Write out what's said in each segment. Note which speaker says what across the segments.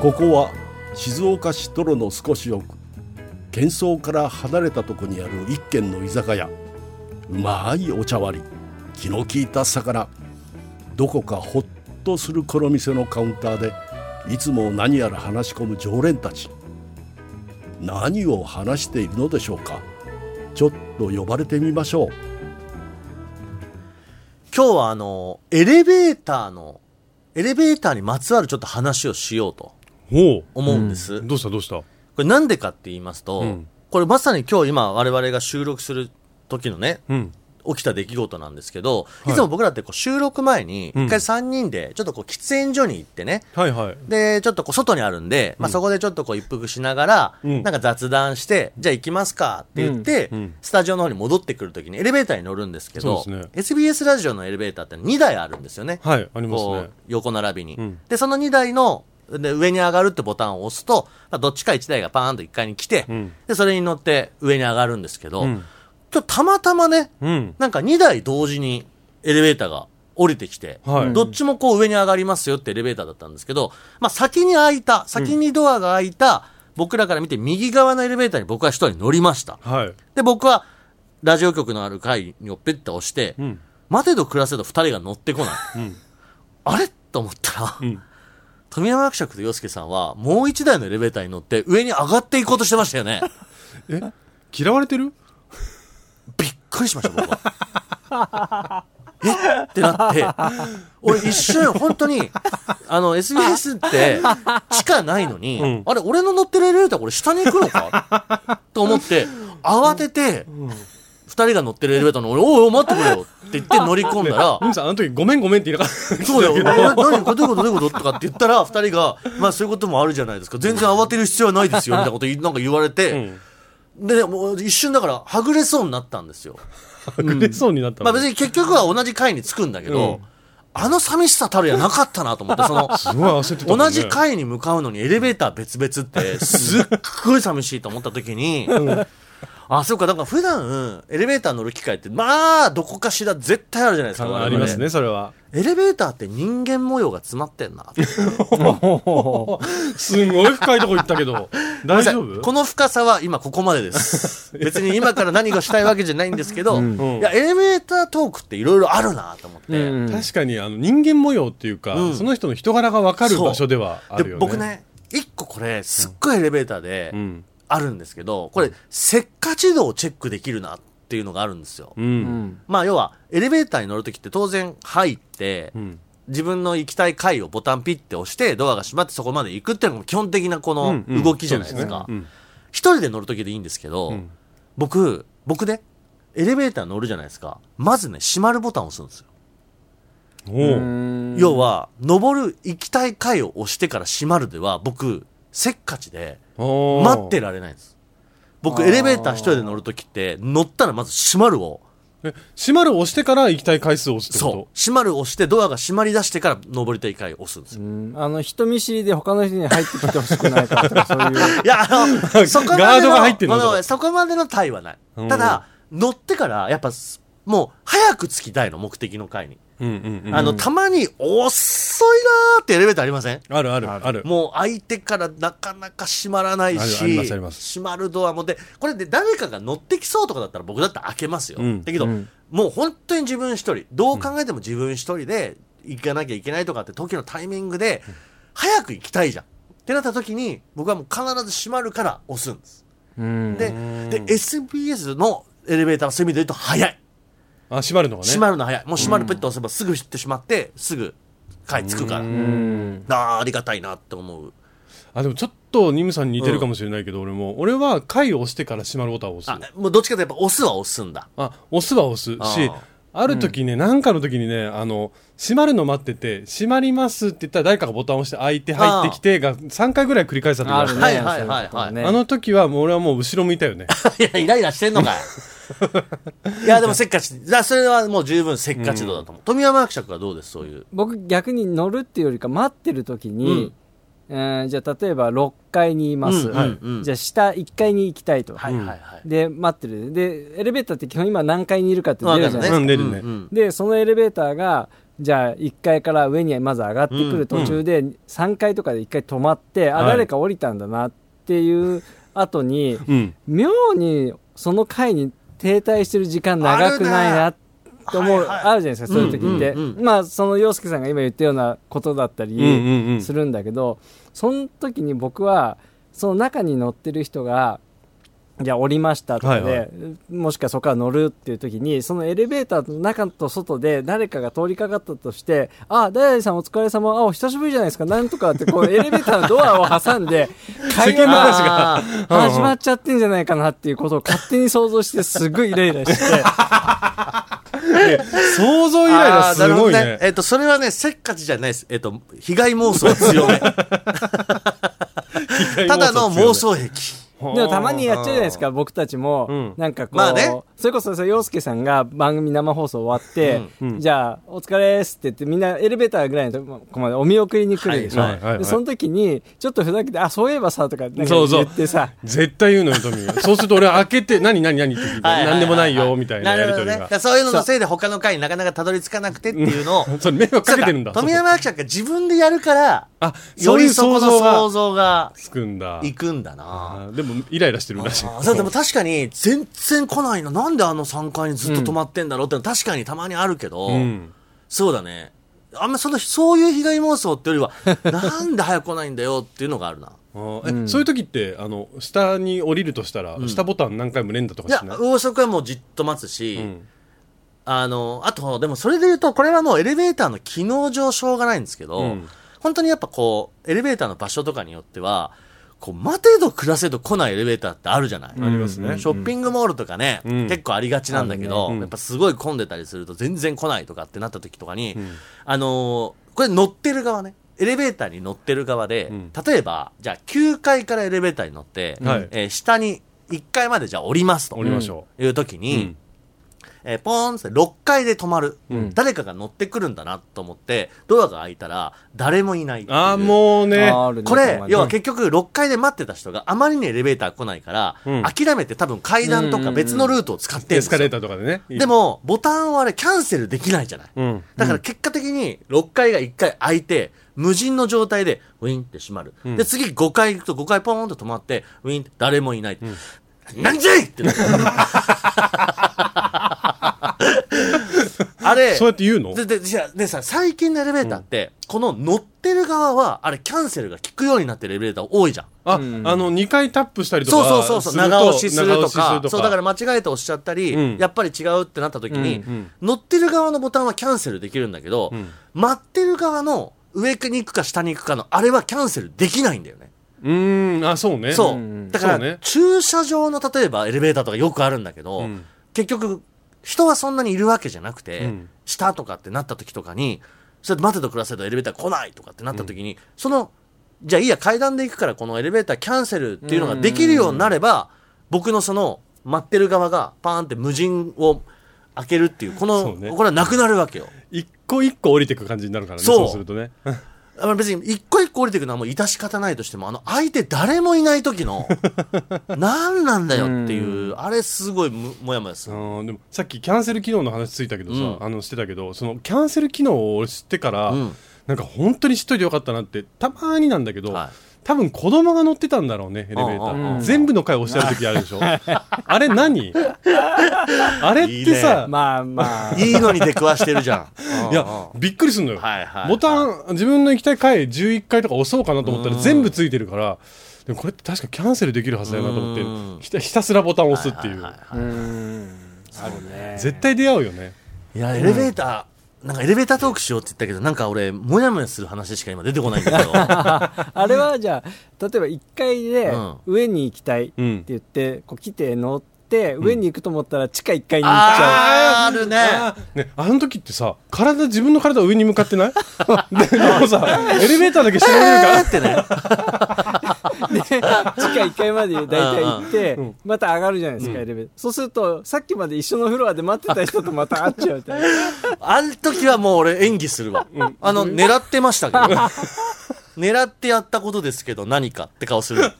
Speaker 1: ここは静岡市泥の少し奥喧騒から離れたとこにある一軒の居酒屋うまいお茶割り気の利いた魚どこかほっとするこの店のカウンターでいつも何やら話し込む常連たち何を話しているのでしょうかちょっと呼ばれてみましょう
Speaker 2: 今日はあの、エレベーターの、エレベーターにまつわるちょっと話をしようと
Speaker 3: ほう
Speaker 2: 思うんです。こ
Speaker 3: どうしたどうした
Speaker 2: れなんでかって言いますと、
Speaker 3: うん
Speaker 2: これまさに今日今我々が収録する時のね、
Speaker 3: うん
Speaker 2: 起きた出来事なんですけど、
Speaker 3: い
Speaker 2: い、つも僕らってこう収録前に、
Speaker 3: うん
Speaker 2: 一回3人で、ちょっとこう喫煙所に行ってね、
Speaker 3: はいはい
Speaker 2: で、ちょっとこう外にあるんで、まあ、そこでちょっとこう一服しながら、
Speaker 3: うん
Speaker 2: なんか雑談して、じゃあ行きますかって言って、
Speaker 3: うんうん
Speaker 2: スタジオの方に戻ってくるときにエレベーターに乗るんですけど、
Speaker 3: そうですね
Speaker 2: SBS ラジオのエレベーターって2台あるんですよね。
Speaker 3: はいあります
Speaker 2: こ
Speaker 3: ね
Speaker 2: う、横並びに。
Speaker 3: うん
Speaker 2: で、その2台の、で上に上がるってボタンを押すと、まあ、どっちか1台がパーンと1階に来て、
Speaker 3: うん
Speaker 2: で、それに乗って上に上がるんですけど、
Speaker 3: うん
Speaker 2: 今日たまたまね、
Speaker 3: うん
Speaker 2: なんか2台同時にエレベーターが降りてきて、
Speaker 3: はい
Speaker 2: どっちもこう上に上がりますよってエレベーターだったんですけど、まあ先に開いた、先にドアが開いた、僕らから見て右側のエレベーターに僕は一人乗りました。
Speaker 3: はい
Speaker 2: で、僕はラジオ局のある階をペッて押して、
Speaker 3: うん
Speaker 2: 待てど暮らせど二人が乗ってこない。
Speaker 3: うん
Speaker 2: あれと思ったら、
Speaker 3: うん
Speaker 2: 富山伯爵と洋介さんはもう一台のエレベーターに乗って上に上がっていこうとしてましたよね。
Speaker 3: え嫌われてる
Speaker 2: びっくりしました、僕は。 えってなって、俺一瞬本当に、あの、SBS って地下ないのに、
Speaker 3: うん
Speaker 2: あれ、俺の乗ってるエレベーターこれ下に行くのかと思って、慌てて、二人が乗ってるエレベーターの俺、おいおい待ってくれよって言って乗り込んだら、
Speaker 3: うんさんあの時ごめんごめんって言いなかった
Speaker 2: そうだ よ。な何これどういうことどういうこととかって言ったら、二人が、まあそういうこともあるじゃないですか。全然慌てる必要はないですよ、みたいなこと言いなんか言われて、で、もう一瞬だから、はぐれそうになったんですよ。
Speaker 3: うんくれそうになった
Speaker 2: まあ
Speaker 3: の
Speaker 2: 別に結局は同じ階に着くんだけど、
Speaker 3: うん
Speaker 2: あの寂しさたるやなかったなと思って、その、
Speaker 3: すごい焦ってたもんね
Speaker 2: 同じ階に向かうのにエレベーター別々って、 すっごい寂しいと思った時に、あ、そうか、だから普段、エレベーター乗る機会って、まあ、どこかしら絶対あるじゃないですか、我々
Speaker 3: ありますねそ れは
Speaker 2: エレベーターって人間模様が詰まってんな。
Speaker 3: すごい深いとこ行ったけど大丈夫
Speaker 2: この深さは今ここまで です。別に今から何がしたいわけじゃないんですけど、
Speaker 3: ん
Speaker 2: いや、エレベータートークっていろいろあるなと思って、
Speaker 4: うん
Speaker 3: 確かにあの人間模様っていうか、
Speaker 2: うん
Speaker 3: その人の人柄が分かる場所ではある
Speaker 2: で
Speaker 3: よね。
Speaker 2: 僕、ね一個これすっごいエレベーターで
Speaker 3: うん
Speaker 2: あるんですけど、これせっかち度をチェックできるなっていうのがあるんですよ、
Speaker 3: う
Speaker 4: うんん
Speaker 2: まあ要はエレベーターに乗るときって当然入って、
Speaker 3: うん
Speaker 2: 自分の行きたい階をボタンピッて押してドアが閉まってそこまで行くっていうのが基本的なこの
Speaker 3: うん
Speaker 2: 動きじゃないですか
Speaker 3: そうね
Speaker 2: 一人で乗るときでいいんですけど、
Speaker 3: うん
Speaker 2: 僕僕ねエレベーター乗るじゃないですかまずね閉まるボタンを押すんですよ、
Speaker 3: うんおう
Speaker 2: 要は登る行きたい階を押してから閉まるでは僕せっかちで
Speaker 3: おう
Speaker 2: 待ってられないんです僕エレベーター一人で乗るときって乗ったらまず閉まるを
Speaker 3: え閉まるを押してから行きたい回数を押すって
Speaker 2: そ
Speaker 3: こ
Speaker 2: う閉まるを押してドアが閉まり出してから登りたい階を押すんですよ、
Speaker 4: うんあの、人見知りで他の人に入ってきてほしくないからとか、そういう。
Speaker 2: いやあ のそこまでの
Speaker 3: ガードが入ってんの
Speaker 2: まあ
Speaker 3: そこ
Speaker 2: そこまでの対はない、
Speaker 3: うん
Speaker 2: ただ乗ってからやっぱすもう早く着きたいの目的の階に、
Speaker 3: と、うんうんうん、
Speaker 2: あ
Speaker 3: あ
Speaker 2: のたまに遅いなーってエレベーターありません
Speaker 3: るあるある
Speaker 2: もう開いてからなかなか閉まらないし
Speaker 3: あるありますあります
Speaker 2: 閉まるドアもでこれで誰かが乗ってきそうとかだったら僕だったら開けますよ、
Speaker 3: うん
Speaker 2: だけど、
Speaker 4: うん
Speaker 2: もう本当に自分一人どう考えても自分一人で行かなきゃいけないとかって時のタイミングで早く行きたいじゃんってなった時に僕はもう必ず閉まるから押すんです
Speaker 4: うん
Speaker 2: で
Speaker 3: うん
Speaker 2: で SBS のエレベーターのそういう意味で言うと早い
Speaker 3: あ閉まるのがね
Speaker 2: 閉まるの早いもう閉まるペット押せばすぐ知ってしまってすぐ買いつくから
Speaker 4: うん
Speaker 2: あーありがたいなって思う
Speaker 3: あでもちょっとニムさんに似てるかもしれないけど、俺も俺は回を押してから閉まるボタンを押
Speaker 2: あ
Speaker 3: す
Speaker 2: もうどっちかというとやっぱ押すは押すんだ
Speaker 3: あ押すは押すし
Speaker 2: あー
Speaker 3: ある時ね、なんかの時にね、あの、閉まるの待ってて、閉まりますって言ったら誰かがボタンを押して開いて入ってきてが3回ぐらい繰り返した時があ
Speaker 4: あ
Speaker 3: る
Speaker 4: るね。
Speaker 2: はいはいはいはい
Speaker 4: そううことね
Speaker 3: あの時はもう俺はもう後ろ向いたよね。
Speaker 2: いや、イライラしてんのかよ。 いや、でもせっかち。じゃあ、それはもう十分せっかち度だと思う。富山伯爵はどうです、そういう。
Speaker 4: 僕逆に乗るっていうよりか待ってる時
Speaker 2: うん
Speaker 4: に、えーじゃあ例えば6階にいます、
Speaker 2: うんはいうん
Speaker 4: じゃあ下1階に行きたいと、
Speaker 2: はいはいはい。
Speaker 4: で待ってるでエレベーターって基本今何階にいるかって
Speaker 2: わ
Speaker 4: 出
Speaker 2: か
Speaker 4: るじゃ
Speaker 2: る
Speaker 4: ないです
Speaker 2: ね。
Speaker 4: か、
Speaker 3: うん出るね
Speaker 2: うんうん
Speaker 4: でそのエレベーターがじゃあ1階から上にまず上がってくる途中で3階とかで1回止まって、あ
Speaker 3: はい
Speaker 4: 誰か降りたんだなっていう後 に、
Speaker 3: うん。
Speaker 4: 妙にその階に停滞してる時間長くないなと思う
Speaker 2: は
Speaker 4: あ,、
Speaker 2: いはい
Speaker 4: るじゃないですかそういう時って、
Speaker 2: うんうんう
Speaker 4: まあその洋介さんが今言ったようなことだったり、
Speaker 3: うんうんうん。
Speaker 4: するんだけど、その時に僕はその中に乗ってる人がじゃあ降りましたとかで、
Speaker 3: はいは
Speaker 4: もしくはそこから乗るっていう時にそのエレベーターの中と外で誰かが通りかかったとして「あ誰々さんお疲れ様あお久しぶりじゃないですかなんとか」ってこうエレベーターのドアを挟んで会
Speaker 3: 世
Speaker 4: 話
Speaker 3: 間話
Speaker 4: が
Speaker 3: が。
Speaker 4: 始まっちゃってんじゃないかなっていうことを勝手に想像してすごいイライラして。
Speaker 3: 想像イライラす
Speaker 2: あーな
Speaker 3: ごい
Speaker 2: るほど
Speaker 3: ね。
Speaker 2: えっと、それはね、せっかちじゃないです。えっと、 被害妄想強め。 ただの妄想癖。
Speaker 4: でもたまにやっちゃうじゃないですか、僕たちも。
Speaker 3: ん
Speaker 4: なんかこう、
Speaker 2: まあね
Speaker 4: それこそさ、洋介さんが番組生放送終わって、じゃあ、お疲れですって言って、みんなエレベーターぐらいのとこまでお見送りに来るでしょ。
Speaker 2: はい
Speaker 3: はいはいはい
Speaker 4: でその時に、ちょっとふざけて、あ、そういえばさ、とかなんか
Speaker 3: そうそ
Speaker 4: 言
Speaker 3: う
Speaker 4: ってさ、
Speaker 3: 絶対言うのよ、トミ ー。そうすると俺は開けて、何何何って聞いて、何でもないよ、みたいなやりと
Speaker 2: るほど
Speaker 3: り
Speaker 2: ねだ
Speaker 3: が
Speaker 2: か。らそういうののせいで他の回になかなかたどり着かなくてっていうのを。
Speaker 3: それ迷惑かけてるんだ。
Speaker 2: 富山役者が自分でやるから、
Speaker 3: あ、そ
Speaker 2: よ
Speaker 3: うい
Speaker 2: り
Speaker 3: う
Speaker 2: そ
Speaker 3: 想
Speaker 2: この
Speaker 3: 像
Speaker 2: 想
Speaker 3: が
Speaker 2: 像が
Speaker 3: つくんだ。
Speaker 2: いくんだな。
Speaker 3: あーでも、イライラしてるらしい。
Speaker 2: あそうでも確かに全然来ないな。なんであの3階にずっと止まってんだろうってのは確かにたまにあるけど、
Speaker 3: うん。
Speaker 2: そうだね。あんまその、そういう被害妄想ってより は、なんで早く来ないんだよっていうのがあるな。
Speaker 3: あーえそういう時って、あの、下に降りるとしたら、下ボタン何回も連打と
Speaker 2: い
Speaker 3: か
Speaker 2: や
Speaker 3: しない、
Speaker 2: 大阪はもうじっと待つし、
Speaker 3: うん
Speaker 2: あの、あと、でもそれで言うと、これはもうエレベーターの機能上しょうがないんですけど、
Speaker 3: うん
Speaker 2: 本当にやっぱこう、エレベーターの場所とかによっては、こう、待てど暮らせど来ないエレベーターってあるじゃない、
Speaker 3: ありますね。
Speaker 2: ショッピングモールとかね、
Speaker 3: うん
Speaker 2: 結構ありがちなんだけど、
Speaker 3: あるねうん
Speaker 2: やっぱすごい混んでたりすると全然来ないとかってなった時とかに、あのーこれ乗ってる側ね、エレベーターに乗ってる側で、
Speaker 3: ん
Speaker 2: 例えば、じゃあ9階からエレベーターに乗って、
Speaker 3: はい
Speaker 2: えー下に1階までじゃあ降りますと。
Speaker 3: 降りましょ
Speaker 2: いう時に、
Speaker 3: うん
Speaker 2: えーポーンって6階で止まる、
Speaker 4: ん
Speaker 2: 誰かが乗ってくるんだなと思って、ドアが開いたら誰もいないっていう
Speaker 3: ああ、もうね。
Speaker 4: あるね
Speaker 2: これ、要は
Speaker 4: 結
Speaker 2: 結局6階で待ってた人があまりにエレベーター来ないから、
Speaker 3: うん
Speaker 2: 諦めて多分階段とか別のルートを使ってるん
Speaker 3: エ
Speaker 2: で
Speaker 3: ス
Speaker 2: すよ
Speaker 3: カレーターとかでね。
Speaker 2: で、も、ボタンをあれキャンセルできないじゃない。
Speaker 3: うん。
Speaker 2: だから結果的に6階が1回開いて、無人の状態でウィンって閉まる。で、次5階行くと5階ポーンと止まって、ウィンって誰もいない。なんじゃいって なるあれ、
Speaker 3: そうやって言うの
Speaker 2: ででじゃあでさ最近のエレベーターって、この乗ってる側はあれキャンセルが効くようになってるエレベーター多いじゃん。
Speaker 3: あ、あの、2回タップしたりと
Speaker 2: そう
Speaker 3: か。
Speaker 2: そうそうそう
Speaker 3: すると
Speaker 2: 長押しするとか
Speaker 3: 長押しする
Speaker 2: そうだから間違えて押しちゃったり、
Speaker 3: うん
Speaker 2: やっぱり違うってなった時に、
Speaker 3: うんうん
Speaker 2: 乗ってる側のボタンはキャンセルできるんだけど、
Speaker 3: ん
Speaker 2: 待ってる側の上に行くか下に行くかのあれはキャンセルできないんだよね。
Speaker 3: うーん、あ、そうね。
Speaker 2: そううんだから、
Speaker 3: そうね
Speaker 2: 駐車場の例えばエレベーターとかよくあるんだけど、
Speaker 3: うん
Speaker 2: 結局人はそんなにいるわけじゃなくて、
Speaker 3: ん
Speaker 2: 下とかってなった時とかにそれで待てと暮らせとエレベーター来ないとかってなった時に、そのじゃあいいや階段で行くからこのエレベーターキャンセルっていうのができるようになれば、僕のその待ってる側がパーンって無人を開けるっていうこの
Speaker 3: そうね
Speaker 2: これはなくなるわけよ。
Speaker 3: 一個一個降りてく感じになるからね。
Speaker 2: そう
Speaker 3: そうするとね。
Speaker 2: あの別に一個一個降りていくのはもう致し方ないとしても、あの相手誰もいない時の、何なんだよっていう、あれすごいむもやもやする。
Speaker 3: うんでもさっきキャンセル機能の話ついたけどさ、
Speaker 2: うん
Speaker 3: あのしてたけどそのキャンセル機能を知ってから、
Speaker 2: うん
Speaker 3: なんか本当に知っといてよかったなってたまーになんだけど、
Speaker 2: はい
Speaker 3: 多分子供が乗ってたんだろうねエレベータ
Speaker 2: うんうん
Speaker 3: ー、全部の回押してある時あるで しょあれ何あれって
Speaker 2: い
Speaker 3: さ
Speaker 4: 構ま あまあ、
Speaker 2: いいのに出くわしてるじゃん。
Speaker 3: いやびっくりすんのよ、
Speaker 2: はいはいはい
Speaker 3: ボタン自分の行きたい回11回とか押そうかなと思ったら全部ついてるからでもこれって確かキャンセルできるはずだよなと思
Speaker 2: う
Speaker 3: っ
Speaker 2: ん
Speaker 3: てひたひたすらボタンを押すっていう、
Speaker 4: うーん、あるね。
Speaker 3: 絶対出会うよね
Speaker 2: いや、エレベーター、なんかエレベータートークしようって言ったけど、なんか俺、もやもやする話しか今出てこないんだけど。
Speaker 4: あれはじゃあ、例えば1階で
Speaker 2: うん
Speaker 4: 上に行きたいって
Speaker 3: うん
Speaker 4: 言って、こう来て乗って、上に行くと思ったら地下1階に行っちゃう。
Speaker 2: あーあるね。
Speaker 3: ね、あの時ってさ体自分の体上に向かってない ででもさエレベーターだけ調べるから
Speaker 2: えーってね。
Speaker 4: で、地下1階まで大体行って、また上がるじゃないですか、エレベーター。そうすると、さっきまで一緒のフロアで待ってた人とまた会っちゃうみたいな。
Speaker 2: あの時はもう俺演技するわ。あの、狙ってましたけど。狙ってやったことですけど何かって顔する。
Speaker 3: わか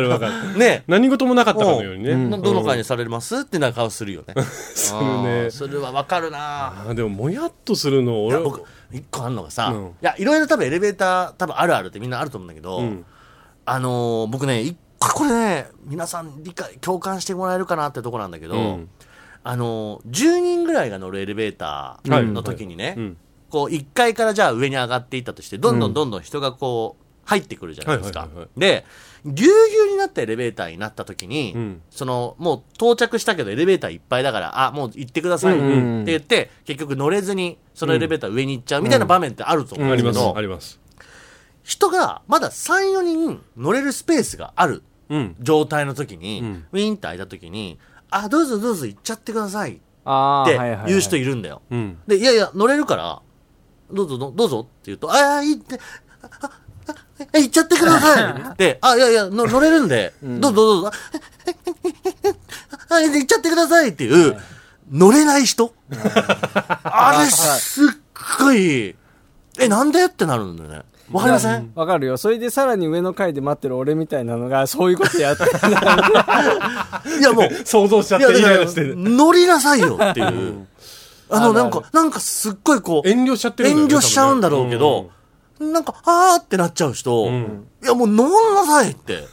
Speaker 3: るわかる。
Speaker 2: ね
Speaker 3: 何事もなかったかのようにね。
Speaker 2: うんどどの
Speaker 3: か
Speaker 2: 回にされますってな顔するよね。す
Speaker 3: るね
Speaker 2: それはわかるな
Speaker 3: あーでも、もやっとするの、
Speaker 2: いや
Speaker 3: 俺、
Speaker 2: 僕一個あるのがさ、
Speaker 3: うん
Speaker 2: いやいろいろ多分エレベーター多分あるあるってみんなあると思うんだけど、
Speaker 3: ん
Speaker 2: あのー僕ね一個これね皆さん理解共感してもらえるかなってとこなんだけど、
Speaker 3: うん
Speaker 2: あのー10人ぐらいが乗るエレベーターの時にね、
Speaker 3: うん。
Speaker 2: こう1階からじゃあ上に上がっていったとしてどんどんどんどん人がこう入ってくるじゃないです
Speaker 3: は
Speaker 2: か
Speaker 3: いはいはいは。
Speaker 2: でぎゅうぎゅうになったエレベーターになった時に、
Speaker 3: うん
Speaker 2: そのもう到着したけどエレベーターいっぱいだからあもう行ってくださいっ
Speaker 3: うん
Speaker 4: うんうん
Speaker 2: て言って、結局乗れずにそのエレベーター上に行っちゃうみたいな場面ってあると思うん
Speaker 3: あ
Speaker 2: です
Speaker 3: り
Speaker 2: け
Speaker 3: ます
Speaker 2: ど、、
Speaker 3: あります。
Speaker 2: 人がまだ34人乗れるスペースがある
Speaker 3: うん。
Speaker 2: 状態の時に、
Speaker 3: うん
Speaker 2: ウィーンって開いた時にあどうぞどうぞ行っちゃってくださいっ
Speaker 4: ああ、
Speaker 2: て
Speaker 4: はいはい
Speaker 2: 言う人
Speaker 4: い
Speaker 2: いるんだよ。
Speaker 3: うん。
Speaker 2: で、いやいや、乗れるから、どうぞ、どどうぞって言うと、ああ、いいって、あああえ行っちゃってくださいで、あ、いやいや、の乗れるんで、
Speaker 4: ん
Speaker 2: どうぞどうぞ、あ、ええええええあ 行っちゃってくださいっていう、乗れない人あれ、すっごい、え、なんでってなるんだよね。わかりません
Speaker 4: わかるよ。それでさらに上の階で待ってる俺みたいなのが、そういうことや ってる。
Speaker 2: いや、もう、
Speaker 3: 想像しちゃっ
Speaker 2: い
Speaker 3: て、
Speaker 2: や、だ
Speaker 3: イ
Speaker 2: か
Speaker 3: ライ
Speaker 2: ら
Speaker 3: ラしてる、
Speaker 2: 乗りなさいよっていう。あの、
Speaker 4: あるあ
Speaker 2: な
Speaker 4: る
Speaker 2: んか、なんかすっごいこう、
Speaker 3: 遠慮しちゃってるんだよ
Speaker 2: 遠
Speaker 3: ね
Speaker 2: 慮しちゃうんだろうけど、、なんか、あーってなっちゃう人、
Speaker 3: ん
Speaker 2: いや、もう乗んなさいって。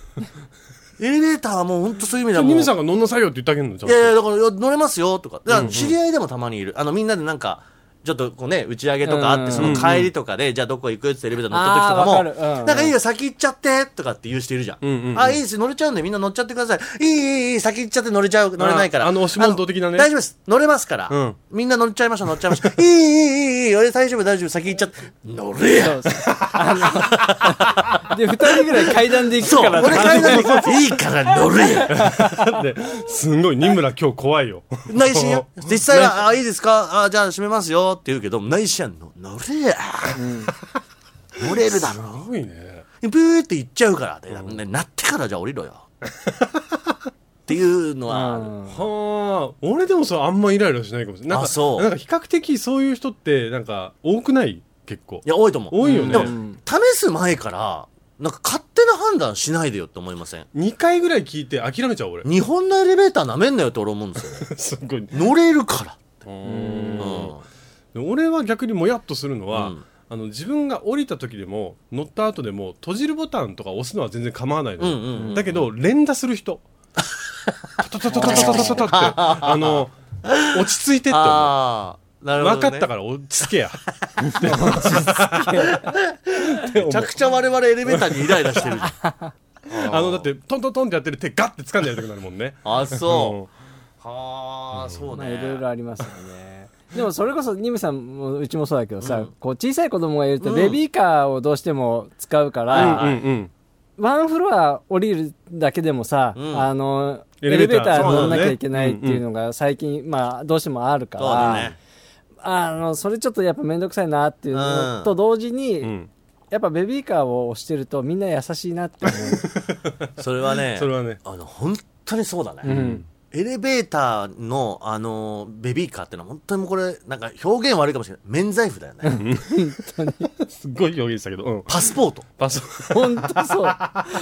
Speaker 2: エレベーターはもう本当そういう意味で
Speaker 3: 多
Speaker 2: はも
Speaker 3: 分ねニ
Speaker 2: う。
Speaker 3: ムさんが乗んなさいよって言ってあげるのじゃ
Speaker 2: い
Speaker 3: ん
Speaker 2: やいや、だからいや乗れますよとか。だから知り合いでもたまにいる。あの、みんなでなんか、ちょっとこうね、打ち上げとかあって、
Speaker 4: うん
Speaker 2: その帰りとかで、じゃあどこ行くってエレベーター乗った時とか
Speaker 4: あー
Speaker 2: も、
Speaker 4: わかるうん
Speaker 2: なんかいいよ、先行っちゃって、とかって言う人いるじゃん。
Speaker 3: うんうんうん
Speaker 2: あ、いいです、乗れちゃうんでみんな乗っちゃってください。いい、いい、いい、先行っちゃって乗れちゃう、乗れないから。
Speaker 3: ああの押し問答的なね
Speaker 2: あの大丈夫です、乗れますから。
Speaker 3: うん
Speaker 2: みんな乗っちゃいましょう、乗っちゃいましょう。いい、いい、いい、いい、俺大丈夫、大丈夫、先行っちゃって。乗れや
Speaker 4: そうそうあので、二人ぐらい階段で行く
Speaker 2: そう、
Speaker 4: から
Speaker 2: 俺階段で行こう。いいから乗れや。
Speaker 3: ですんごい、ニムラ今日怖 いよ。
Speaker 2: 内心や。実際は、あ、いいですかあ、じゃあ閉めますよって言うけど、内心はの、乗れや。乗れるだろ。
Speaker 3: すごいね。
Speaker 2: ブーって行っちゃうから。でねなってからじゃあ降りろよ。っていうのはある、
Speaker 3: はあ、俺でもそれあんまイライラしないかもしれない。なんか
Speaker 2: あそう
Speaker 3: なんか比較的そういう人って、なんか多くない結構
Speaker 2: い。や、多いと思う。
Speaker 3: 多いよね
Speaker 2: でも、試す前から、なんか勝手な判断しないでよって思いません
Speaker 3: 2回ぐらい聞いて諦めちゃう俺。
Speaker 2: 日本のエレベーターなめんなよって俺思うんですよね。
Speaker 3: すごい。
Speaker 2: 乗れるからって。
Speaker 3: うん
Speaker 2: うん
Speaker 3: 俺は逆にもやっとするの
Speaker 2: う
Speaker 3: は、
Speaker 2: ん
Speaker 3: あの自分が降りた時でも乗った後でも閉じるボタンとか押すのは全然構わないのよ、
Speaker 2: うんうんうん
Speaker 3: だけど連打する人トトトトトトトトト ってあの落ち着いてって思う
Speaker 2: ああ、なるほど、
Speaker 3: 分
Speaker 2: ね。
Speaker 3: かったから落ち着 けや
Speaker 2: めちゃくちゃ我々エレベーターにイライラしてるじゃん。
Speaker 3: あのだってトントントンってやってる手ガッて掴んでやりたくなるもんね
Speaker 2: あ、
Speaker 3: うん
Speaker 2: そう。はあ、そう
Speaker 4: まあ、
Speaker 2: ね。
Speaker 4: いろいろありますよね。でもそれこそ、ニムさんも、うちもそうだけどさ、こう小さい子供がいると、ベビーカーをどうしても使うか
Speaker 3: うん
Speaker 4: ら、
Speaker 3: うんうん
Speaker 4: ワンフロア降りるだけでもさ、
Speaker 2: ん
Speaker 4: あの、
Speaker 3: エ
Speaker 4: エ
Speaker 3: レ
Speaker 4: レ
Speaker 3: ベ
Speaker 4: ベ
Speaker 3: ー
Speaker 4: ー
Speaker 3: ター
Speaker 4: ター乗んなきゃいけないっていうのが最近、まあ、どうしてもあるか
Speaker 2: そうだ
Speaker 4: ら
Speaker 2: ね、。
Speaker 4: あの、それちょっとやっぱめんどくさいなっていうのと同時
Speaker 3: う
Speaker 4: に、
Speaker 3: ん
Speaker 4: やっぱベビーカーを押してるとみんな優しいなって思
Speaker 2: それはね、
Speaker 3: それはね
Speaker 2: あの、本当にそうだね。
Speaker 4: う。うん。
Speaker 2: エレベーターの、あの、ベビーカーってのは本当にもうこれ、なんか表現悪いかもしれない。免罪符だよね。
Speaker 3: すっごい表現したけど、うん、
Speaker 2: パスポート。
Speaker 3: パソ
Speaker 4: 本当そう。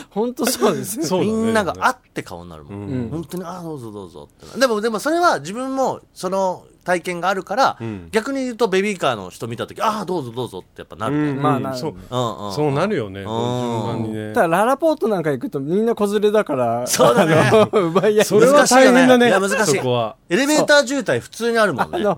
Speaker 4: 本当そうですよ。
Speaker 3: そうだね
Speaker 2: みんながあって顔になるもん。
Speaker 4: うん
Speaker 2: 本当に、ああ、どうぞどうぞってな。でも、でもそれは自分も、その体験があるから、
Speaker 3: ん
Speaker 2: 逆に言うとベビーカーの人見たとき、ああ、どうぞどうぞってやっぱなるね。
Speaker 3: うん
Speaker 4: まあな
Speaker 3: そう
Speaker 2: うんうん。
Speaker 3: そうなるよね順番にね
Speaker 4: ただララポートなんか行くとみんな子連れだから、
Speaker 2: そうだね
Speaker 4: あの奪い合い
Speaker 3: それは大変だね
Speaker 2: いや難しい
Speaker 3: そこは
Speaker 2: エレベーター渋滞普通にあるもん
Speaker 4: あ
Speaker 2: ね。
Speaker 4: の、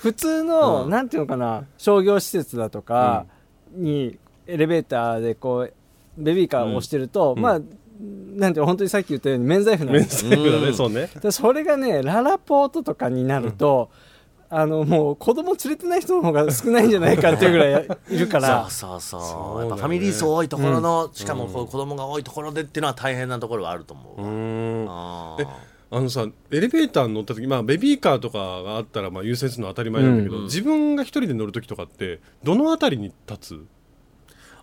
Speaker 4: 普通の、
Speaker 2: うん
Speaker 4: なんていうのかな、商業施設だとかに、エレベーターでこう、ベビーカーを押してると、まあ、なんていうの本当にさっき言ったように免罪符なん
Speaker 3: メ
Speaker 4: で
Speaker 3: ン
Speaker 4: す
Speaker 3: ズだ
Speaker 2: う
Speaker 3: ね
Speaker 2: ん
Speaker 3: そうね
Speaker 4: でそれがね、ララポートとかになると、あの、もう子供連れてない人の方が少ないんじゃないかっていうぐらいいるか ら
Speaker 2: そう、そうそう
Speaker 3: そう
Speaker 2: や
Speaker 3: だね
Speaker 2: っぱファミリー層多いところの、しかもこう子供が多いところでっていうのは大変なところはあると思う、
Speaker 3: う
Speaker 2: あ
Speaker 3: ん
Speaker 2: ー
Speaker 3: あのさエレベーターに乗った時、まあ、ベビーカーとかがあったらまあ優先するのは当たり前なんだけど、自分が一人で乗る時とかってどの辺りに立つ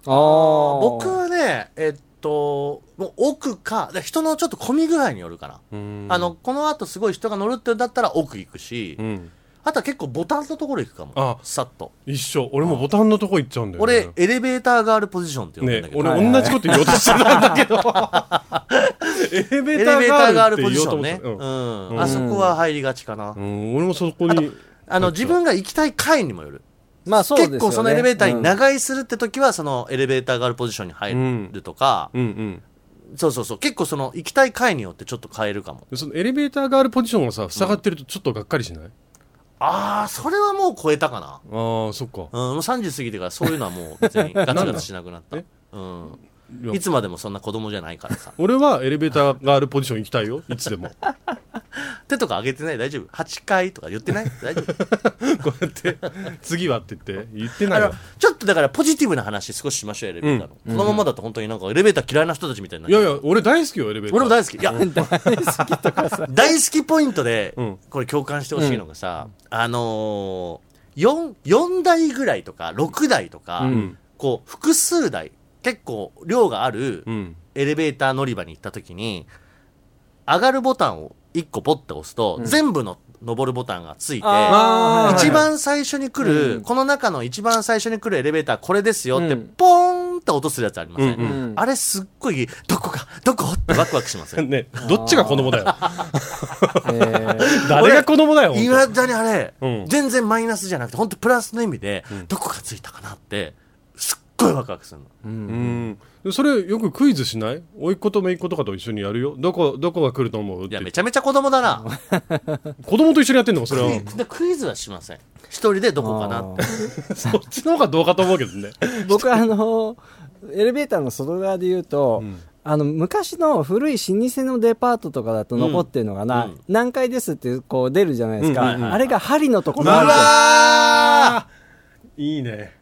Speaker 4: あー
Speaker 2: 僕はねえっともう奥かで人のちょっと混み具合によるかな、あのこの後すごい人が乗るってだったら奥行くし、
Speaker 3: うん
Speaker 2: あとは結構ボタンのところ行くかも
Speaker 3: あ
Speaker 2: さっと
Speaker 3: 一緒俺もボタンのとこ行っちゃうんだよ
Speaker 2: 俺
Speaker 3: ね
Speaker 2: エレベーターがあるポジションって呼ぶんだ
Speaker 3: ね
Speaker 2: けど、
Speaker 3: 俺
Speaker 4: はいはい
Speaker 3: 同じこと言おうとしてたんだけどエレベ
Speaker 2: エレ
Speaker 3: ータ
Speaker 2: ベーター
Speaker 3: ー
Speaker 2: が
Speaker 3: が
Speaker 2: あ
Speaker 3: あ
Speaker 2: る
Speaker 3: る
Speaker 2: ポ
Speaker 3: ポ
Speaker 2: ジ
Speaker 3: ジ
Speaker 2: シ
Speaker 3: シ
Speaker 2: ョ
Speaker 3: ョ
Speaker 2: ン
Speaker 3: ン
Speaker 2: ね
Speaker 3: ね、
Speaker 2: う
Speaker 3: うん
Speaker 2: ん
Speaker 4: うん
Speaker 2: あそこは入りがちかな、
Speaker 3: うん俺もそこに
Speaker 2: あの自分が行きたい階にもよる
Speaker 4: まあそうですよね
Speaker 2: 結構そのエレベーターに
Speaker 4: うん
Speaker 2: 長居するって時はそのエレベーターがあるポジションに入るとか、
Speaker 3: うんうん
Speaker 2: そうそうそう結構その行きたい階によってちょっと変えるかも
Speaker 3: でそのエレベーターがあるポジションがさ塞がってるとちょっとがっかりしない、
Speaker 2: ああそれはもう超えたかな
Speaker 3: ああそっか
Speaker 2: うん、もう30過ぎてからそういうのはもう別 にガツガツしなくなった
Speaker 3: なん。
Speaker 2: うん。
Speaker 3: いや
Speaker 2: いつまでもそんな子供じゃないからさ。
Speaker 3: 俺はエレベーターがあるポジション行きたいよいつでも
Speaker 2: 手とか上げてない大丈夫 ?8 回とか言ってない大丈夫
Speaker 3: こうやって次はって言って言って な
Speaker 2: あ
Speaker 3: い
Speaker 2: の
Speaker 3: わ、
Speaker 2: ちょっとだからポジティブな話少ししましょう、エレベーターの。このままだと本当になんかエレベーター嫌いな人たちみたいになっ
Speaker 3: い
Speaker 2: ちゃ
Speaker 3: や
Speaker 2: う
Speaker 3: いや俺大好きよエレベーター
Speaker 2: 俺も大好き。いや、
Speaker 4: 大好きとかさ
Speaker 2: 大好きポイントで
Speaker 3: うん、
Speaker 2: これ共感してほしいのがさ、あのー、4、4台ぐらいとか、6台とか、
Speaker 3: うん
Speaker 2: こう、複数台、結構量がある、
Speaker 3: うん
Speaker 2: エレベーター乗り場に行った時に上がるボタンを1個ポッて押すと、全部の上るボタンがついて
Speaker 4: あー
Speaker 2: 一番最初に来る、
Speaker 4: うん
Speaker 2: この中の一番最初に来るエレベーターこれですよって、
Speaker 4: うん
Speaker 2: ポーンって落とするやつありません、
Speaker 3: うん
Speaker 4: うん
Speaker 2: あれすっごいどこか どこってワクワクしま せん
Speaker 3: ねどっちが子供だよ
Speaker 4: え ー
Speaker 3: 誰が子供だよ
Speaker 2: いまだにあれ、
Speaker 3: うん
Speaker 2: 全然マイナスじゃなくて本当プラスの意味で、どこがついたかなってすっごいワクワクするの
Speaker 3: うんそれよくクイズしない甥っ子と姪っ子とかと一緒にやるよどこどこが来ると思うっ
Speaker 2: い
Speaker 3: て
Speaker 2: やめちゃめちゃ子供だな
Speaker 3: 子供と一緒にやってんのそれは
Speaker 2: クイクイズはしません一人でどこかなって
Speaker 3: そっちの方がどうかと思うけどね
Speaker 4: 僕あのエレベーターの外側で言うと、あの昔の古い老舗のデパートとかだと残ってるのがな、
Speaker 2: うん
Speaker 4: 何階ですってこう出るじゃないです
Speaker 3: うん
Speaker 4: か、
Speaker 3: はい
Speaker 2: はい
Speaker 4: あれが針のところにあるんですよ
Speaker 3: わいいね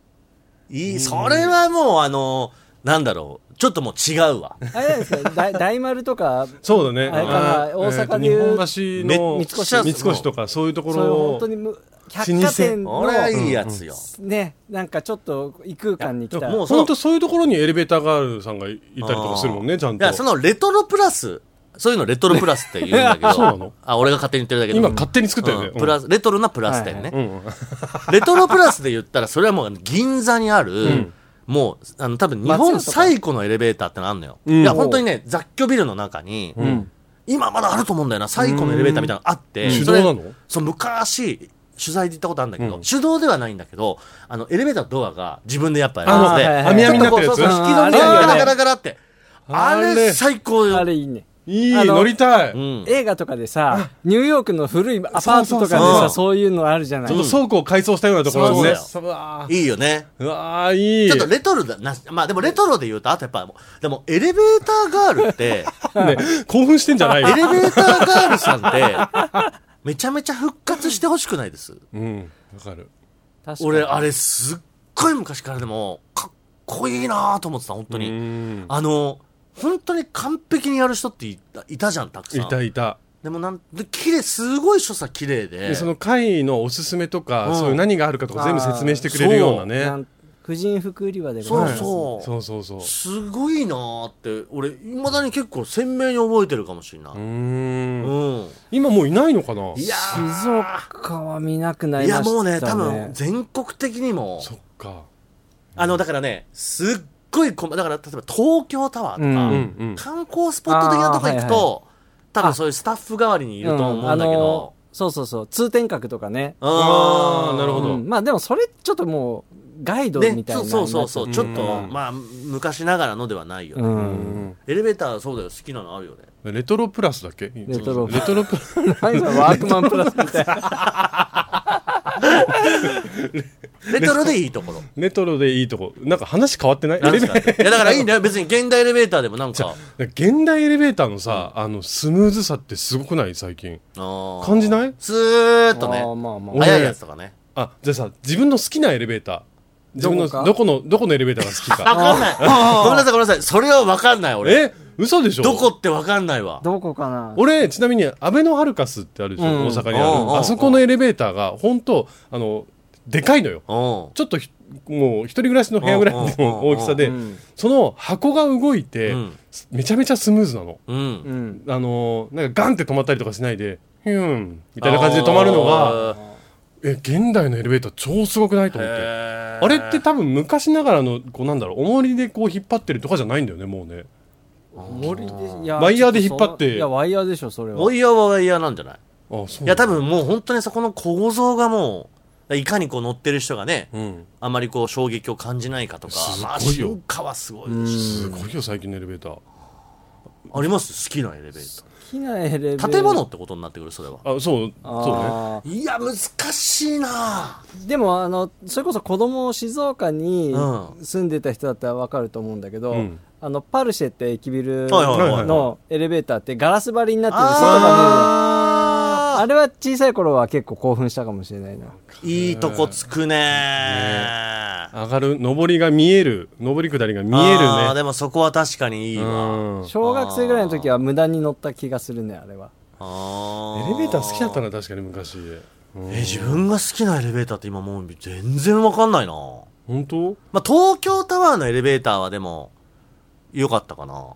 Speaker 2: いい、それはもうあの、なんだろう、ちょっともう違うわ。
Speaker 4: あれなんですか大 大丸とか
Speaker 3: そうだね
Speaker 4: あれから
Speaker 3: あー
Speaker 4: 大阪でいう
Speaker 3: えーと日本橋の
Speaker 2: め
Speaker 3: 三
Speaker 2: っちゃ
Speaker 3: 越とかそういうとこ
Speaker 4: そういう
Speaker 3: ろ
Speaker 4: 本当にむ百貨店の
Speaker 2: 俺はいいやつよ。
Speaker 4: ねなんかちょっと異空間に来た
Speaker 2: いやもう
Speaker 3: 本当そういうところにエレベーターガールさんがいたりとかするもんねちゃん
Speaker 2: いや、その
Speaker 3: と
Speaker 2: レトロプラス、そういうのレトロプラスって言うんだけ ど、
Speaker 3: そうなの
Speaker 2: あ、俺が勝手に言ってるだけで。
Speaker 3: 今勝手に作ったよね
Speaker 2: うんプラス、レトロなプラス店
Speaker 4: は
Speaker 2: ね
Speaker 4: い。
Speaker 3: うん
Speaker 2: レトロプラスで言ったら、それはもう銀座にある、もう、あの、多分日本最古のエレベーターってのあるのよ。
Speaker 3: うん
Speaker 2: いや、本当にね、雑居ビルの中に、
Speaker 3: うん
Speaker 2: 今まだあると思うんだよな、最古のエレベーターみたいなのあって、
Speaker 3: うん
Speaker 2: それ
Speaker 3: 手動なの
Speaker 2: そう、昔、取材で行ったことあるんだけど、
Speaker 3: うん
Speaker 2: 手動ではないんだけど、あの、エレベーターのドアが自分でやっぱや
Speaker 3: あの
Speaker 2: るので、
Speaker 4: はいはい
Speaker 3: 網
Speaker 2: ちょ
Speaker 3: 網
Speaker 2: っ
Speaker 3: にな
Speaker 2: と
Speaker 3: って
Speaker 2: こう、
Speaker 3: る
Speaker 2: そ
Speaker 3: や
Speaker 2: う
Speaker 3: つ
Speaker 2: そう、
Speaker 4: あ
Speaker 2: 引
Speaker 4: ー
Speaker 2: き止めて、
Speaker 4: あ
Speaker 2: ガラ
Speaker 4: れ
Speaker 2: ガラガラって。あ
Speaker 3: あれ
Speaker 2: れ、最高
Speaker 4: あ
Speaker 2: よ。
Speaker 4: れいいね
Speaker 3: いい
Speaker 4: あの
Speaker 3: 乗りたい
Speaker 2: うん。
Speaker 4: 映画とかでさニューヨークの古いアパート
Speaker 2: そう
Speaker 4: とかでさそう
Speaker 2: そうそう
Speaker 4: いうのあるじゃない
Speaker 3: ちょっと倉庫を改装したようなところです
Speaker 2: そ
Speaker 3: ねうわ
Speaker 2: いいよね。
Speaker 3: ーうわーいい
Speaker 2: ちょっとレトロだな、まあでもレトロで言うと、あとやっぱもう、でもエレベーターガールって、
Speaker 3: ね興奮してんじゃない
Speaker 2: エ
Speaker 3: よ
Speaker 2: レベーターガールさんって、めちゃめちゃ復活してほしくないです。
Speaker 3: うんわかる
Speaker 4: 確か に
Speaker 2: 俺、あれすっごい昔からでも、かっこいいなと思ってた、本当に。
Speaker 3: うん
Speaker 2: あの、本当に完璧にやる人っていたいたじゃん、たくさん。
Speaker 3: いたいた
Speaker 2: でもなん、で、綺麗、すごい所作綺麗で。
Speaker 3: でその会のおすすめとか、
Speaker 2: うん
Speaker 3: そういう何があるかとか全部説明してくれるようなね
Speaker 4: なん婦人服売り場でご
Speaker 2: そ
Speaker 4: ざいうます
Speaker 2: そう。
Speaker 3: そうそうそう
Speaker 2: すごいなーって、俺、いまだに結構鮮明に覚えてるかもしれな
Speaker 3: う
Speaker 2: い。
Speaker 3: ー
Speaker 2: うんん。
Speaker 3: 今もういないのかない
Speaker 2: や
Speaker 4: 静岡は見なくな
Speaker 2: ー、
Speaker 4: り
Speaker 2: い
Speaker 4: ました
Speaker 2: や、
Speaker 4: ね
Speaker 2: もうね、多分、全国的にも、
Speaker 3: そっか
Speaker 2: あの、だからね、すっごいこま、だから、例えば東京タワーと
Speaker 4: うん
Speaker 3: う
Speaker 2: か、
Speaker 3: んうん
Speaker 2: 観光スポット的なとこ行く
Speaker 4: あー
Speaker 2: と、多分そういうスタッフ代わりにいると思うんだけ
Speaker 4: あ
Speaker 2: ど
Speaker 4: の、そうそうそう通天閣とかね
Speaker 2: あ
Speaker 3: あーなるほど
Speaker 4: うんまあでもそれちょっともうガイドみたいな
Speaker 2: ね、そうそうそうそう
Speaker 3: うん
Speaker 2: ちょっと、まあ昔ながらのではないよね、
Speaker 4: うん
Speaker 3: うん
Speaker 2: エレベーターそうだよ好きなのあるよね
Speaker 3: レトロプラスだっけレ
Speaker 4: トロ
Speaker 3: レトロプラ ス
Speaker 4: 何それワークマンプラスみたいな
Speaker 2: レトロでいいところ
Speaker 3: レトロでいいとこなんか話変わってない
Speaker 2: なん
Speaker 3: エレ
Speaker 2: す
Speaker 3: ベ
Speaker 2: かいやだからいいんだよ別に現代エレベーターでもなんか
Speaker 3: 現代エレベーターのさ、あのスムーズさってすごくない最近
Speaker 2: 感
Speaker 3: 感じない
Speaker 2: スーッと
Speaker 4: あーまあま
Speaker 2: ね
Speaker 4: あ
Speaker 2: 早いやつとかね
Speaker 3: あじゃあさ自分の好きなエレベーター自分の
Speaker 4: どこか
Speaker 3: どこのどこのエレベーターが好き
Speaker 2: 分
Speaker 3: か
Speaker 2: かんないごめんなさいごめんなさいそれは分かんない俺
Speaker 3: え嘘でしょ
Speaker 2: どこって分かんないわ
Speaker 4: どこかな
Speaker 3: 俺ちなみにアベノハルカスってあるでしょ、
Speaker 4: うん
Speaker 3: 大阪に
Speaker 2: うんうん
Speaker 3: あ
Speaker 2: うん
Speaker 3: るあそこのエレベーターが本当あのでかいのよ
Speaker 2: うん
Speaker 3: ちょっとひもう一人暮らしの部屋ぐらいの大きさで、
Speaker 4: うん
Speaker 3: その箱が動いて、
Speaker 2: うん
Speaker 3: めちゃめちゃスムーズなの。
Speaker 2: うん
Speaker 4: うん
Speaker 3: あのーなんかガンって止まったりとかしないで、ヒューンみたいな感じで止まるのが、
Speaker 2: あー
Speaker 3: ええ現代のエレベーター超すごくないと思って
Speaker 2: へー
Speaker 3: あれって多分昔ながらのこうなんだろう重りでこう引っ張ってるとかじゃないんだよねもうね
Speaker 4: 森でいや
Speaker 3: ワイヤーで引っ張って
Speaker 4: いやワイヤーでしょそれは
Speaker 2: ワイヤーはワイヤーなんじゃない
Speaker 3: あそう
Speaker 2: い
Speaker 3: な
Speaker 2: や
Speaker 3: んだ
Speaker 2: 多分もう本当にそこの構造がもういかにこう乗ってる人がね、
Speaker 3: うん
Speaker 2: あまりこう衝撃を感じないかとか
Speaker 3: すごいよ
Speaker 2: まあ進化はすごいです
Speaker 3: すごいよ最近のエレベーター
Speaker 2: あります好きなエレベー
Speaker 4: 好きなエレベー
Speaker 2: ター建物ってことになってくるそれは
Speaker 3: あそうそうね
Speaker 4: あ
Speaker 2: いや難しいな
Speaker 4: ーでもあのそれこそ子供を静岡に
Speaker 2: う
Speaker 4: 住んでた人だったら分かると思うんだけど、
Speaker 3: うん
Speaker 4: あのパルシェって駅ビル
Speaker 2: はいはい
Speaker 3: はいはい
Speaker 4: のエレベーターってガラス張りになってる外が見える
Speaker 2: あ
Speaker 4: あれは小さい頃は結構興奮したかもしれないな
Speaker 2: ーいいとこつくね
Speaker 3: 上がる上りが見える上り下りが見え
Speaker 2: あー
Speaker 3: るね
Speaker 2: でもそこは確かにいいわ
Speaker 3: うん
Speaker 4: 小学生ぐらいの時は無駄に乗った気がするねあれは
Speaker 2: あ
Speaker 3: エ
Speaker 2: ー
Speaker 3: レベーター好きだったな確かに昔うん
Speaker 2: え自分が好きなエレベーターって今もう全然わかんないな
Speaker 3: 本当
Speaker 2: まあ、東京タワーのエレベーターはでも、良かったかな。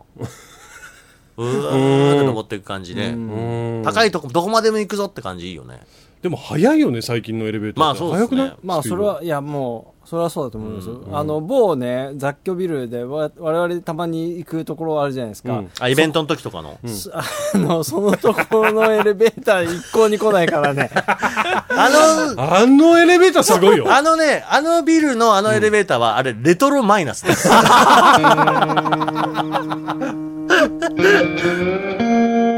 Speaker 2: うーって登っていく感じで。
Speaker 3: うん
Speaker 2: 高いとこ、どこまでも行くぞって感じいいよね。
Speaker 3: でも早いよね最近のエレベーター
Speaker 2: まあそうですね
Speaker 3: 早くない
Speaker 4: まあそれはいやもうそれはそうだと思いますよ、あの某ね雑居ビルでわ我々たまに行くところあるじゃないですか、
Speaker 3: うん
Speaker 2: あ、イベントの時とかの。
Speaker 4: す あのそのところのエレベーター一向に来ないからね
Speaker 2: あ
Speaker 3: あのエレベーターすごいよ
Speaker 2: の、 あのね、あのビルのあのエレベーターは、あれ、レトロマイナスです。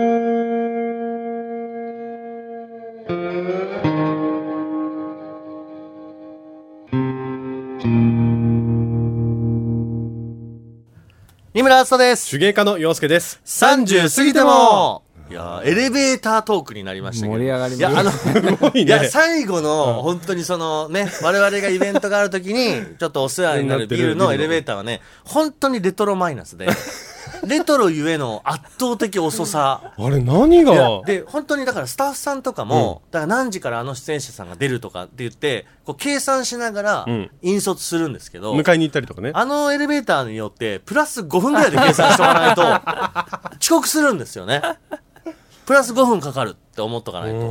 Speaker 2: 二村敦人です。
Speaker 3: 手芸家の洋介です
Speaker 2: 30過ぎてもいやーエレベータートークになりましたけど。
Speaker 4: 盛り上がりまし
Speaker 2: い
Speaker 4: た
Speaker 2: や、あの、
Speaker 3: ごいね
Speaker 2: いや、最後の、本当にそのね、我々がイベントがあるときに、ちょっとお世話になるビルのエレベーターはね、本当にレトロマイナスで、レトロゆえの圧倒的遅さ。
Speaker 3: あれ何
Speaker 2: い
Speaker 3: が
Speaker 2: やで、本当にだからスタッフさんとかも、だから何時からあの出演者さんが出るとかって言って、こう計算しながら
Speaker 3: うん、
Speaker 2: 引率するんですけど、
Speaker 3: 迎えに行ったりとかね
Speaker 2: あのエレベーターによって、プラス5分ぐらいで計算しておかないと、 遅刻するんですよね。プラス5分かかるって思っとかないと。
Speaker 3: う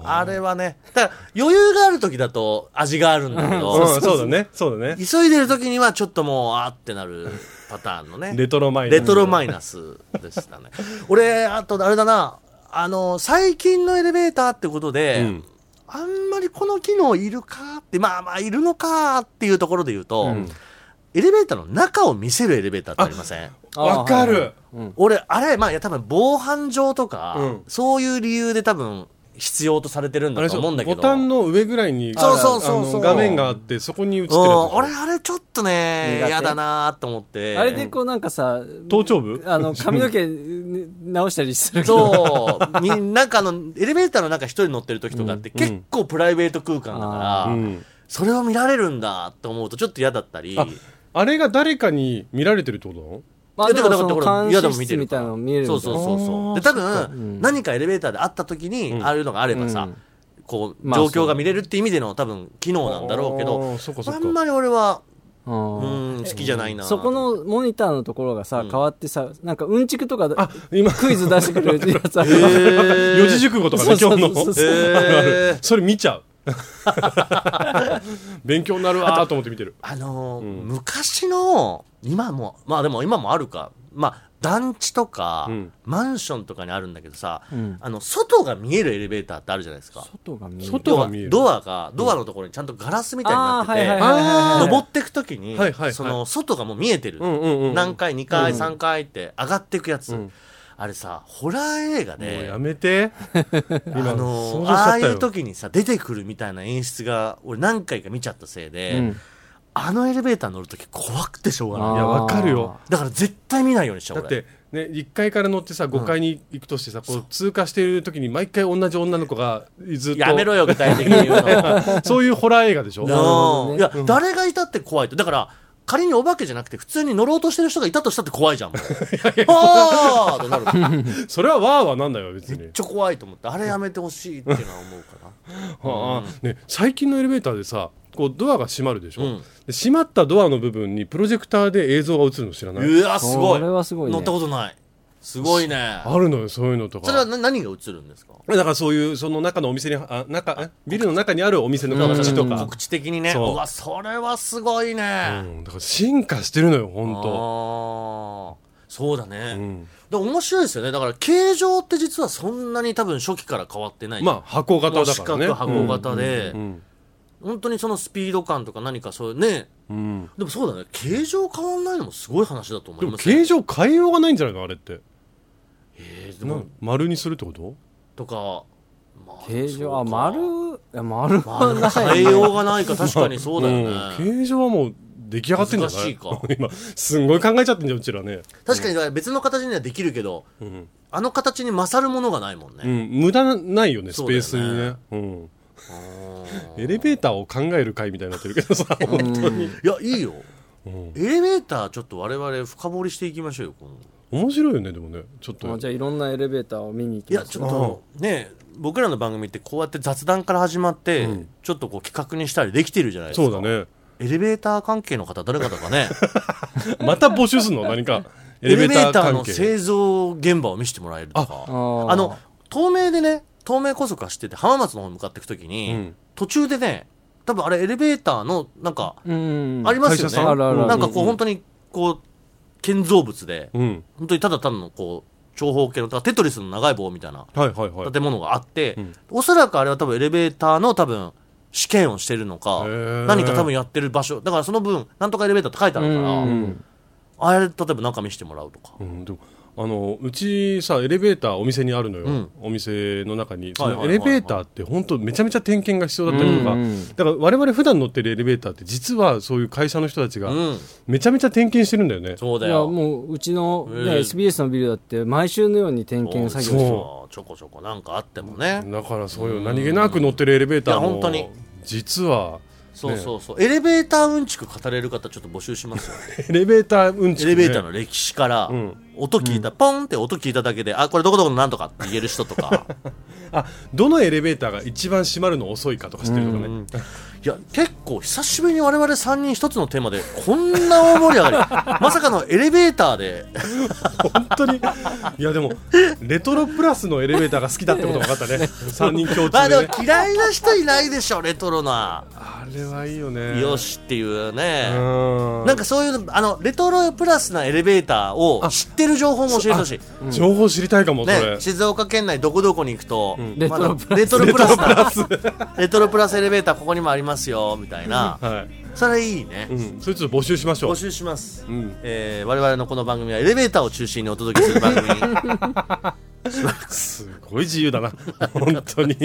Speaker 3: ん
Speaker 2: あれはね、だから余裕がある時だと味があるんだけ
Speaker 3: うん
Speaker 2: ど、
Speaker 3: そうだねそうだね
Speaker 2: 急いでる時にはちょっともう、あーってなるパターンのね。
Speaker 3: レトロ前
Speaker 2: レトロマイナスでした ね。俺、あと、あれだな、あの、最近のエレベーターってことで、
Speaker 3: うん
Speaker 2: あんまりこの機能いるかって、まあまあいるのかっていうところで言うと、
Speaker 3: ん
Speaker 2: エレベーターの中を見せるエレベーターってありません
Speaker 3: わか
Speaker 4: あーはい
Speaker 3: る
Speaker 2: 俺、あれ、まあいや多分防犯上とか、
Speaker 3: うん
Speaker 2: そういう理由で多分必要とされてるん
Speaker 3: あ
Speaker 2: だ
Speaker 3: れ
Speaker 2: と
Speaker 3: でし
Speaker 2: 思う
Speaker 3: ょ
Speaker 2: んだけ
Speaker 3: ボ
Speaker 2: ど。
Speaker 3: タンの上ぐらいに
Speaker 2: そうそうそうそう
Speaker 3: あの画面があってそこに映ってるやつ
Speaker 2: うん、俺、あれちょっとね
Speaker 4: 苦、手
Speaker 2: 嫌だなと思って。
Speaker 4: あれでこうなんかさ
Speaker 3: 頭頂部
Speaker 4: あの髪の毛ね直したりするけど
Speaker 2: そう。みんなんかあの、エレベーターの中一人乗ってる時とかって
Speaker 3: うん
Speaker 2: 結構プライベート空間だから、
Speaker 3: うん
Speaker 2: それを見られるんだと思うとちょっと嫌だったり。
Speaker 3: ああれが誰かに見られてるってことなの
Speaker 4: まあ
Speaker 2: いや
Speaker 4: でも
Speaker 2: だ
Speaker 4: そ
Speaker 2: から
Speaker 4: の
Speaker 2: ほら
Speaker 4: 監
Speaker 2: 嫌で
Speaker 4: 視
Speaker 2: も見て
Speaker 4: 室
Speaker 2: る
Speaker 4: みたいなの見えるんだ
Speaker 2: そ
Speaker 4: よ
Speaker 2: うそうそうそ
Speaker 3: あー
Speaker 2: う。で、多分、何かエレベーターで会った時に、ああいうのがあれば
Speaker 4: う
Speaker 2: さ
Speaker 4: ん、
Speaker 2: こう、
Speaker 4: まあ
Speaker 2: 状況が見れるって意味での多分、機能なんだろうけ
Speaker 3: あ
Speaker 2: ど
Speaker 3: ー、そうかそうか
Speaker 2: あんまり俺は、
Speaker 4: う
Speaker 2: うんん、好きじゃないな。
Speaker 4: そこ、のモニターのところがさ、変わってさ、なんかうんちくとかだ
Speaker 3: 今
Speaker 4: クイズ出してくれるやつある
Speaker 2: えー
Speaker 3: 四字熟語とかね今
Speaker 4: そう
Speaker 3: 日
Speaker 4: そうそうそう
Speaker 3: の
Speaker 2: えー
Speaker 3: あるある それ見ちゃう勉強になるわーと思って見てる
Speaker 2: あのー昔の今もまあでも今もあるかまあ団地とか、
Speaker 3: うん
Speaker 2: マンションとかにあるんだけどさ、
Speaker 4: ん
Speaker 2: あの外が見えるエレベーターってあるじゃないですか
Speaker 4: 外が見える。
Speaker 3: 外が見える
Speaker 2: 要はドアがドアのところにちゃんとガラスみたいにな
Speaker 4: あ
Speaker 2: っ
Speaker 4: あ
Speaker 2: て
Speaker 4: ー、はい
Speaker 2: て、
Speaker 4: はいはいはいはい。
Speaker 2: 登っていく時に、
Speaker 3: はいはいはい
Speaker 2: その外がもう見えてる、
Speaker 3: うんうんうん
Speaker 2: 何回2回3回って上がっていくやつ、あれさホラー映画
Speaker 3: もう
Speaker 2: で
Speaker 3: やめて
Speaker 2: あ
Speaker 3: 今想
Speaker 2: のー
Speaker 3: 像しち
Speaker 2: あ
Speaker 3: ゃ
Speaker 2: あ
Speaker 3: っ
Speaker 2: い
Speaker 3: たよ
Speaker 2: う時にさ出てくるみたいな演出が俺何回か見ちゃったせいで、
Speaker 4: うん
Speaker 2: あのエレベーター乗る時怖くてしょうがない
Speaker 4: あー
Speaker 3: いやわかるよ
Speaker 2: だから絶対見ないようにしちゃう
Speaker 3: だ
Speaker 2: 俺
Speaker 3: ってね1階から乗ってさ5階に行くとしてさ、こう通過している時に毎回同じ女の子がずっと
Speaker 2: やめろよ具体的に言うの
Speaker 3: そういうホラー映画でしょ
Speaker 4: なるほどね
Speaker 2: いや、誰がいたって怖いとだから仮にお化けじゃなくて普通に乗ろうとしてる人がいたとしたって怖いじ ゃんもうあーってなるめっ
Speaker 3: それはわーはなんだよ別に
Speaker 2: ちゃ怖いと思ってあれやめてほしいっていうのは思うかな
Speaker 3: は あね、最近のエレベーターでさこうドアが閉まるでしょ、
Speaker 2: うん
Speaker 3: で閉まったドアの部分にプロジェクターで映像が映るの知らないう
Speaker 2: わすごい
Speaker 4: それはすごいね
Speaker 2: 乗ったことないすごいね
Speaker 3: あるのよそういうのとか
Speaker 2: それはな何が映るんですか
Speaker 3: だからそういうその中のお店にあ中えビルの中にあるお店の形とか、
Speaker 2: 告知的にねう
Speaker 3: そう
Speaker 2: わそれはすごい
Speaker 3: うん
Speaker 2: ね、
Speaker 3: だから進化してるのよ
Speaker 2: あ
Speaker 3: 本当
Speaker 2: あそうだね、
Speaker 3: ん
Speaker 2: で面白いですよねだから形状って実はそんなに多分初期から変わってない
Speaker 3: まあ箱型だ
Speaker 2: 四
Speaker 3: から
Speaker 2: 角
Speaker 3: ね
Speaker 2: 箱型で、
Speaker 3: うん
Speaker 2: 本当にそのスピード感とか何かそういうね
Speaker 3: うんうん
Speaker 2: でもそうだね形状変わんないのもすごい話だと思
Speaker 3: で
Speaker 2: い
Speaker 3: も
Speaker 2: ます、ね、
Speaker 3: 形状変えようがないんじゃないのあれって
Speaker 2: えーで
Speaker 3: な
Speaker 2: も
Speaker 3: 丸にするってこと
Speaker 2: とか、まあ
Speaker 4: 形状、
Speaker 2: そ
Speaker 4: あ、
Speaker 2: うか
Speaker 4: 丸、いや丸は
Speaker 2: 丸
Speaker 4: ない。
Speaker 2: 変えようがないか確かにそうだよね、
Speaker 3: うん形状はもう出来上がってんじゃない
Speaker 2: 難しいか
Speaker 3: 今すんごい考えちゃってんじゃんうちらね
Speaker 2: 確かにだから別の形にはできるけど、
Speaker 3: うん、
Speaker 2: あの形に勝るものがないもん
Speaker 3: う
Speaker 2: ね、
Speaker 3: ん、無駄ないよねス
Speaker 2: そう
Speaker 3: ペ
Speaker 2: だよね
Speaker 3: ースにねうん、
Speaker 2: うん
Speaker 3: エレベーターを考える会みたいになってるけどさ本当に、
Speaker 2: いやいいよ
Speaker 3: うん、
Speaker 2: エレベーターちょっと我々深掘りしていきましょうよ今後
Speaker 3: 面白いよねでもねちょっと
Speaker 4: あじゃあいろんなエレベーターを見に行き
Speaker 2: いや
Speaker 4: ま
Speaker 2: ち
Speaker 4: す
Speaker 2: ょっとね僕らの番組ってこうやって雑談から始まって、
Speaker 3: うん
Speaker 2: ちょっとこう企画にしたりできてるじゃないですか
Speaker 3: そうだね
Speaker 2: エレベーター関係の方誰かとかね
Speaker 3: また募 集するの何か エ
Speaker 2: エレ
Speaker 3: レベ
Speaker 2: ベ
Speaker 3: ータ
Speaker 2: ー
Speaker 3: ー
Speaker 2: ターの
Speaker 3: 関係
Speaker 2: 製造現場を見せてもらえるとか
Speaker 4: あ
Speaker 2: あ
Speaker 4: ー
Speaker 2: の、東名でね東名高速走ってて浜松の方に向かっていくときに、
Speaker 3: うん
Speaker 2: 途中でね多分あれエレベーターのなんか
Speaker 4: うん。
Speaker 2: ありますよ
Speaker 3: 会社
Speaker 2: ね、
Speaker 3: さん
Speaker 4: あるあるある
Speaker 2: なんかこう本当にこう建造物で
Speaker 3: うん
Speaker 2: 本当にただ単のこう長方形のだからテトリスの長い棒みたいな
Speaker 3: はいはいはい
Speaker 2: 建物があって、
Speaker 3: うん
Speaker 2: おそらくあれは多分エレベーターの多分試験をしてるのか
Speaker 3: へー
Speaker 2: 何か多分やってる場所だからその分なんとかエレベーターって書いてあるから、
Speaker 4: うん
Speaker 3: うん
Speaker 2: あれ例えば中見せてもらうとか、
Speaker 3: うん、でもあのうちさエレベーターお店にあるのよ、
Speaker 2: うん
Speaker 3: お店の中にそ
Speaker 2: はいは
Speaker 3: の
Speaker 2: い
Speaker 3: エ
Speaker 2: はい
Speaker 3: レ
Speaker 2: はい
Speaker 3: ベーターって本当めちゃめちゃ点検が必要だったりとか、
Speaker 4: うんうん
Speaker 3: だから我々普段乗ってるエレベーターって実はそういう会社の人たちが
Speaker 2: うん、
Speaker 3: めちゃめちゃ点検してるんだよね、
Speaker 2: そうだ
Speaker 4: いや、
Speaker 2: よ
Speaker 4: もう、うちの、
Speaker 2: えー
Speaker 4: ね、SBS のビルだって、毎週のように点検作業してる。
Speaker 2: そうちょこちょこなんかあってもね、
Speaker 3: だからそういう何気なく乗ってるエレベーター
Speaker 2: いや
Speaker 3: も
Speaker 2: 本当に
Speaker 3: 実は
Speaker 2: そうそうそうエレベーターうんちく語れる方ちょっと募集し ますよ
Speaker 3: エレベーターうんち
Speaker 2: エ
Speaker 3: くね、
Speaker 2: レベーターの歴史から、
Speaker 3: ん
Speaker 2: 音聞いた、ポンって音聞いただけであこれどこどこのなんとかって言える人と か
Speaker 3: あどのエレベーターが一番閉まるの遅いかとか知ってるとかね、
Speaker 2: いや結構久しぶりに我々3人一つのテーマでこんな大盛り上 がりまさかのエレベーター で
Speaker 3: 本当にいやでもレトロプラスのエレベーターが好きだってことが分 かったね3人共
Speaker 2: まあ
Speaker 3: 通
Speaker 2: で
Speaker 3: で、ね
Speaker 2: も、嫌いな人いないでしょレトロな
Speaker 3: あれはいいよね
Speaker 2: よしっていう
Speaker 3: う
Speaker 2: ね
Speaker 3: ん
Speaker 2: なんかそういうあのレトロプラスなエレベーターを知ってる情報も教えてほしい
Speaker 3: 情報知りたいかも、そ
Speaker 2: ね
Speaker 3: れ、
Speaker 2: 静岡県内どこどこに行くと、
Speaker 4: レ
Speaker 2: ま
Speaker 4: ト
Speaker 2: だ
Speaker 4: ロプラ
Speaker 2: レトロプラスだレトロプラスエレベーターここにもありますよみたいな
Speaker 3: はい、
Speaker 2: それいいね、
Speaker 3: うん、それちょっと募集しましょう
Speaker 2: 募集します、
Speaker 3: ん
Speaker 2: えー我々のこの番組はエレベーターを中心にお届けする番組、
Speaker 3: すごい自由だな本当に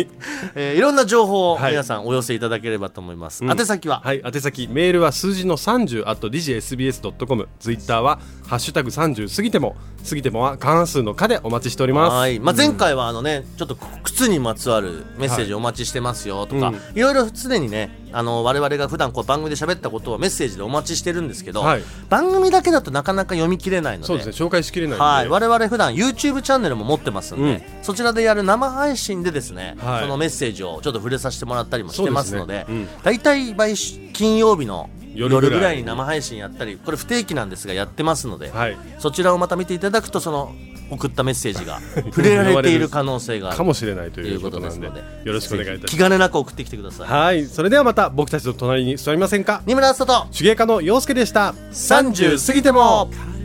Speaker 2: えーいろんな情報を
Speaker 3: はい
Speaker 2: 皆さんお寄せいただければと思います、
Speaker 3: うん
Speaker 2: 宛先は、
Speaker 3: はい宛先メールは数字の30 at digsbs.com ツイッターは「ハッシュタグ #30 過ぎても」過ぎてもは過半数の「か」でお待ちしております
Speaker 2: はいまあ、前回はあの、ね、ちょっと靴にまつわるメッセージお待ちしてますよとか、
Speaker 3: はいい
Speaker 2: ろいろ常にねあの我々が普段こう番組で喋ったことをメッセージでお待ちしてるんですけど、
Speaker 3: はい
Speaker 2: 番組だけだとなかなか読み切れないので
Speaker 3: そうですね紹介しきれないんで、
Speaker 2: はい、我々普段 YouTube チャンネルも持ってますんで、
Speaker 3: うん
Speaker 2: そちらでやる生配信でですね、
Speaker 3: はい
Speaker 2: そのメッセージをちょっと触れさせてもらったりもしてますので
Speaker 3: そうですね
Speaker 2: 大体、毎週金曜日の
Speaker 3: 夜ぐ
Speaker 2: 夜
Speaker 3: らい
Speaker 2: ぐらいに生配信やったりこれ不定期なんですがやってますので、
Speaker 3: はい
Speaker 2: そちらをまた見ていただくとその送ったメッセージ が触れられている可能性がある
Speaker 3: かもしれないと
Speaker 2: と
Speaker 3: い
Speaker 2: いう
Speaker 3: うこ
Speaker 2: こと
Speaker 3: とな
Speaker 2: です
Speaker 3: んで
Speaker 2: ので
Speaker 3: よろしくお願いい
Speaker 2: ぜ
Speaker 3: た
Speaker 2: ひ
Speaker 3: し
Speaker 2: 気
Speaker 3: ま
Speaker 2: 兼
Speaker 3: す
Speaker 2: ねなく送ってきてください
Speaker 3: はいそれではまた僕たちの隣に座りませんか
Speaker 2: 二村敦人と
Speaker 3: 手芸家の陽介でした
Speaker 2: 30過ぎても
Speaker 5: 「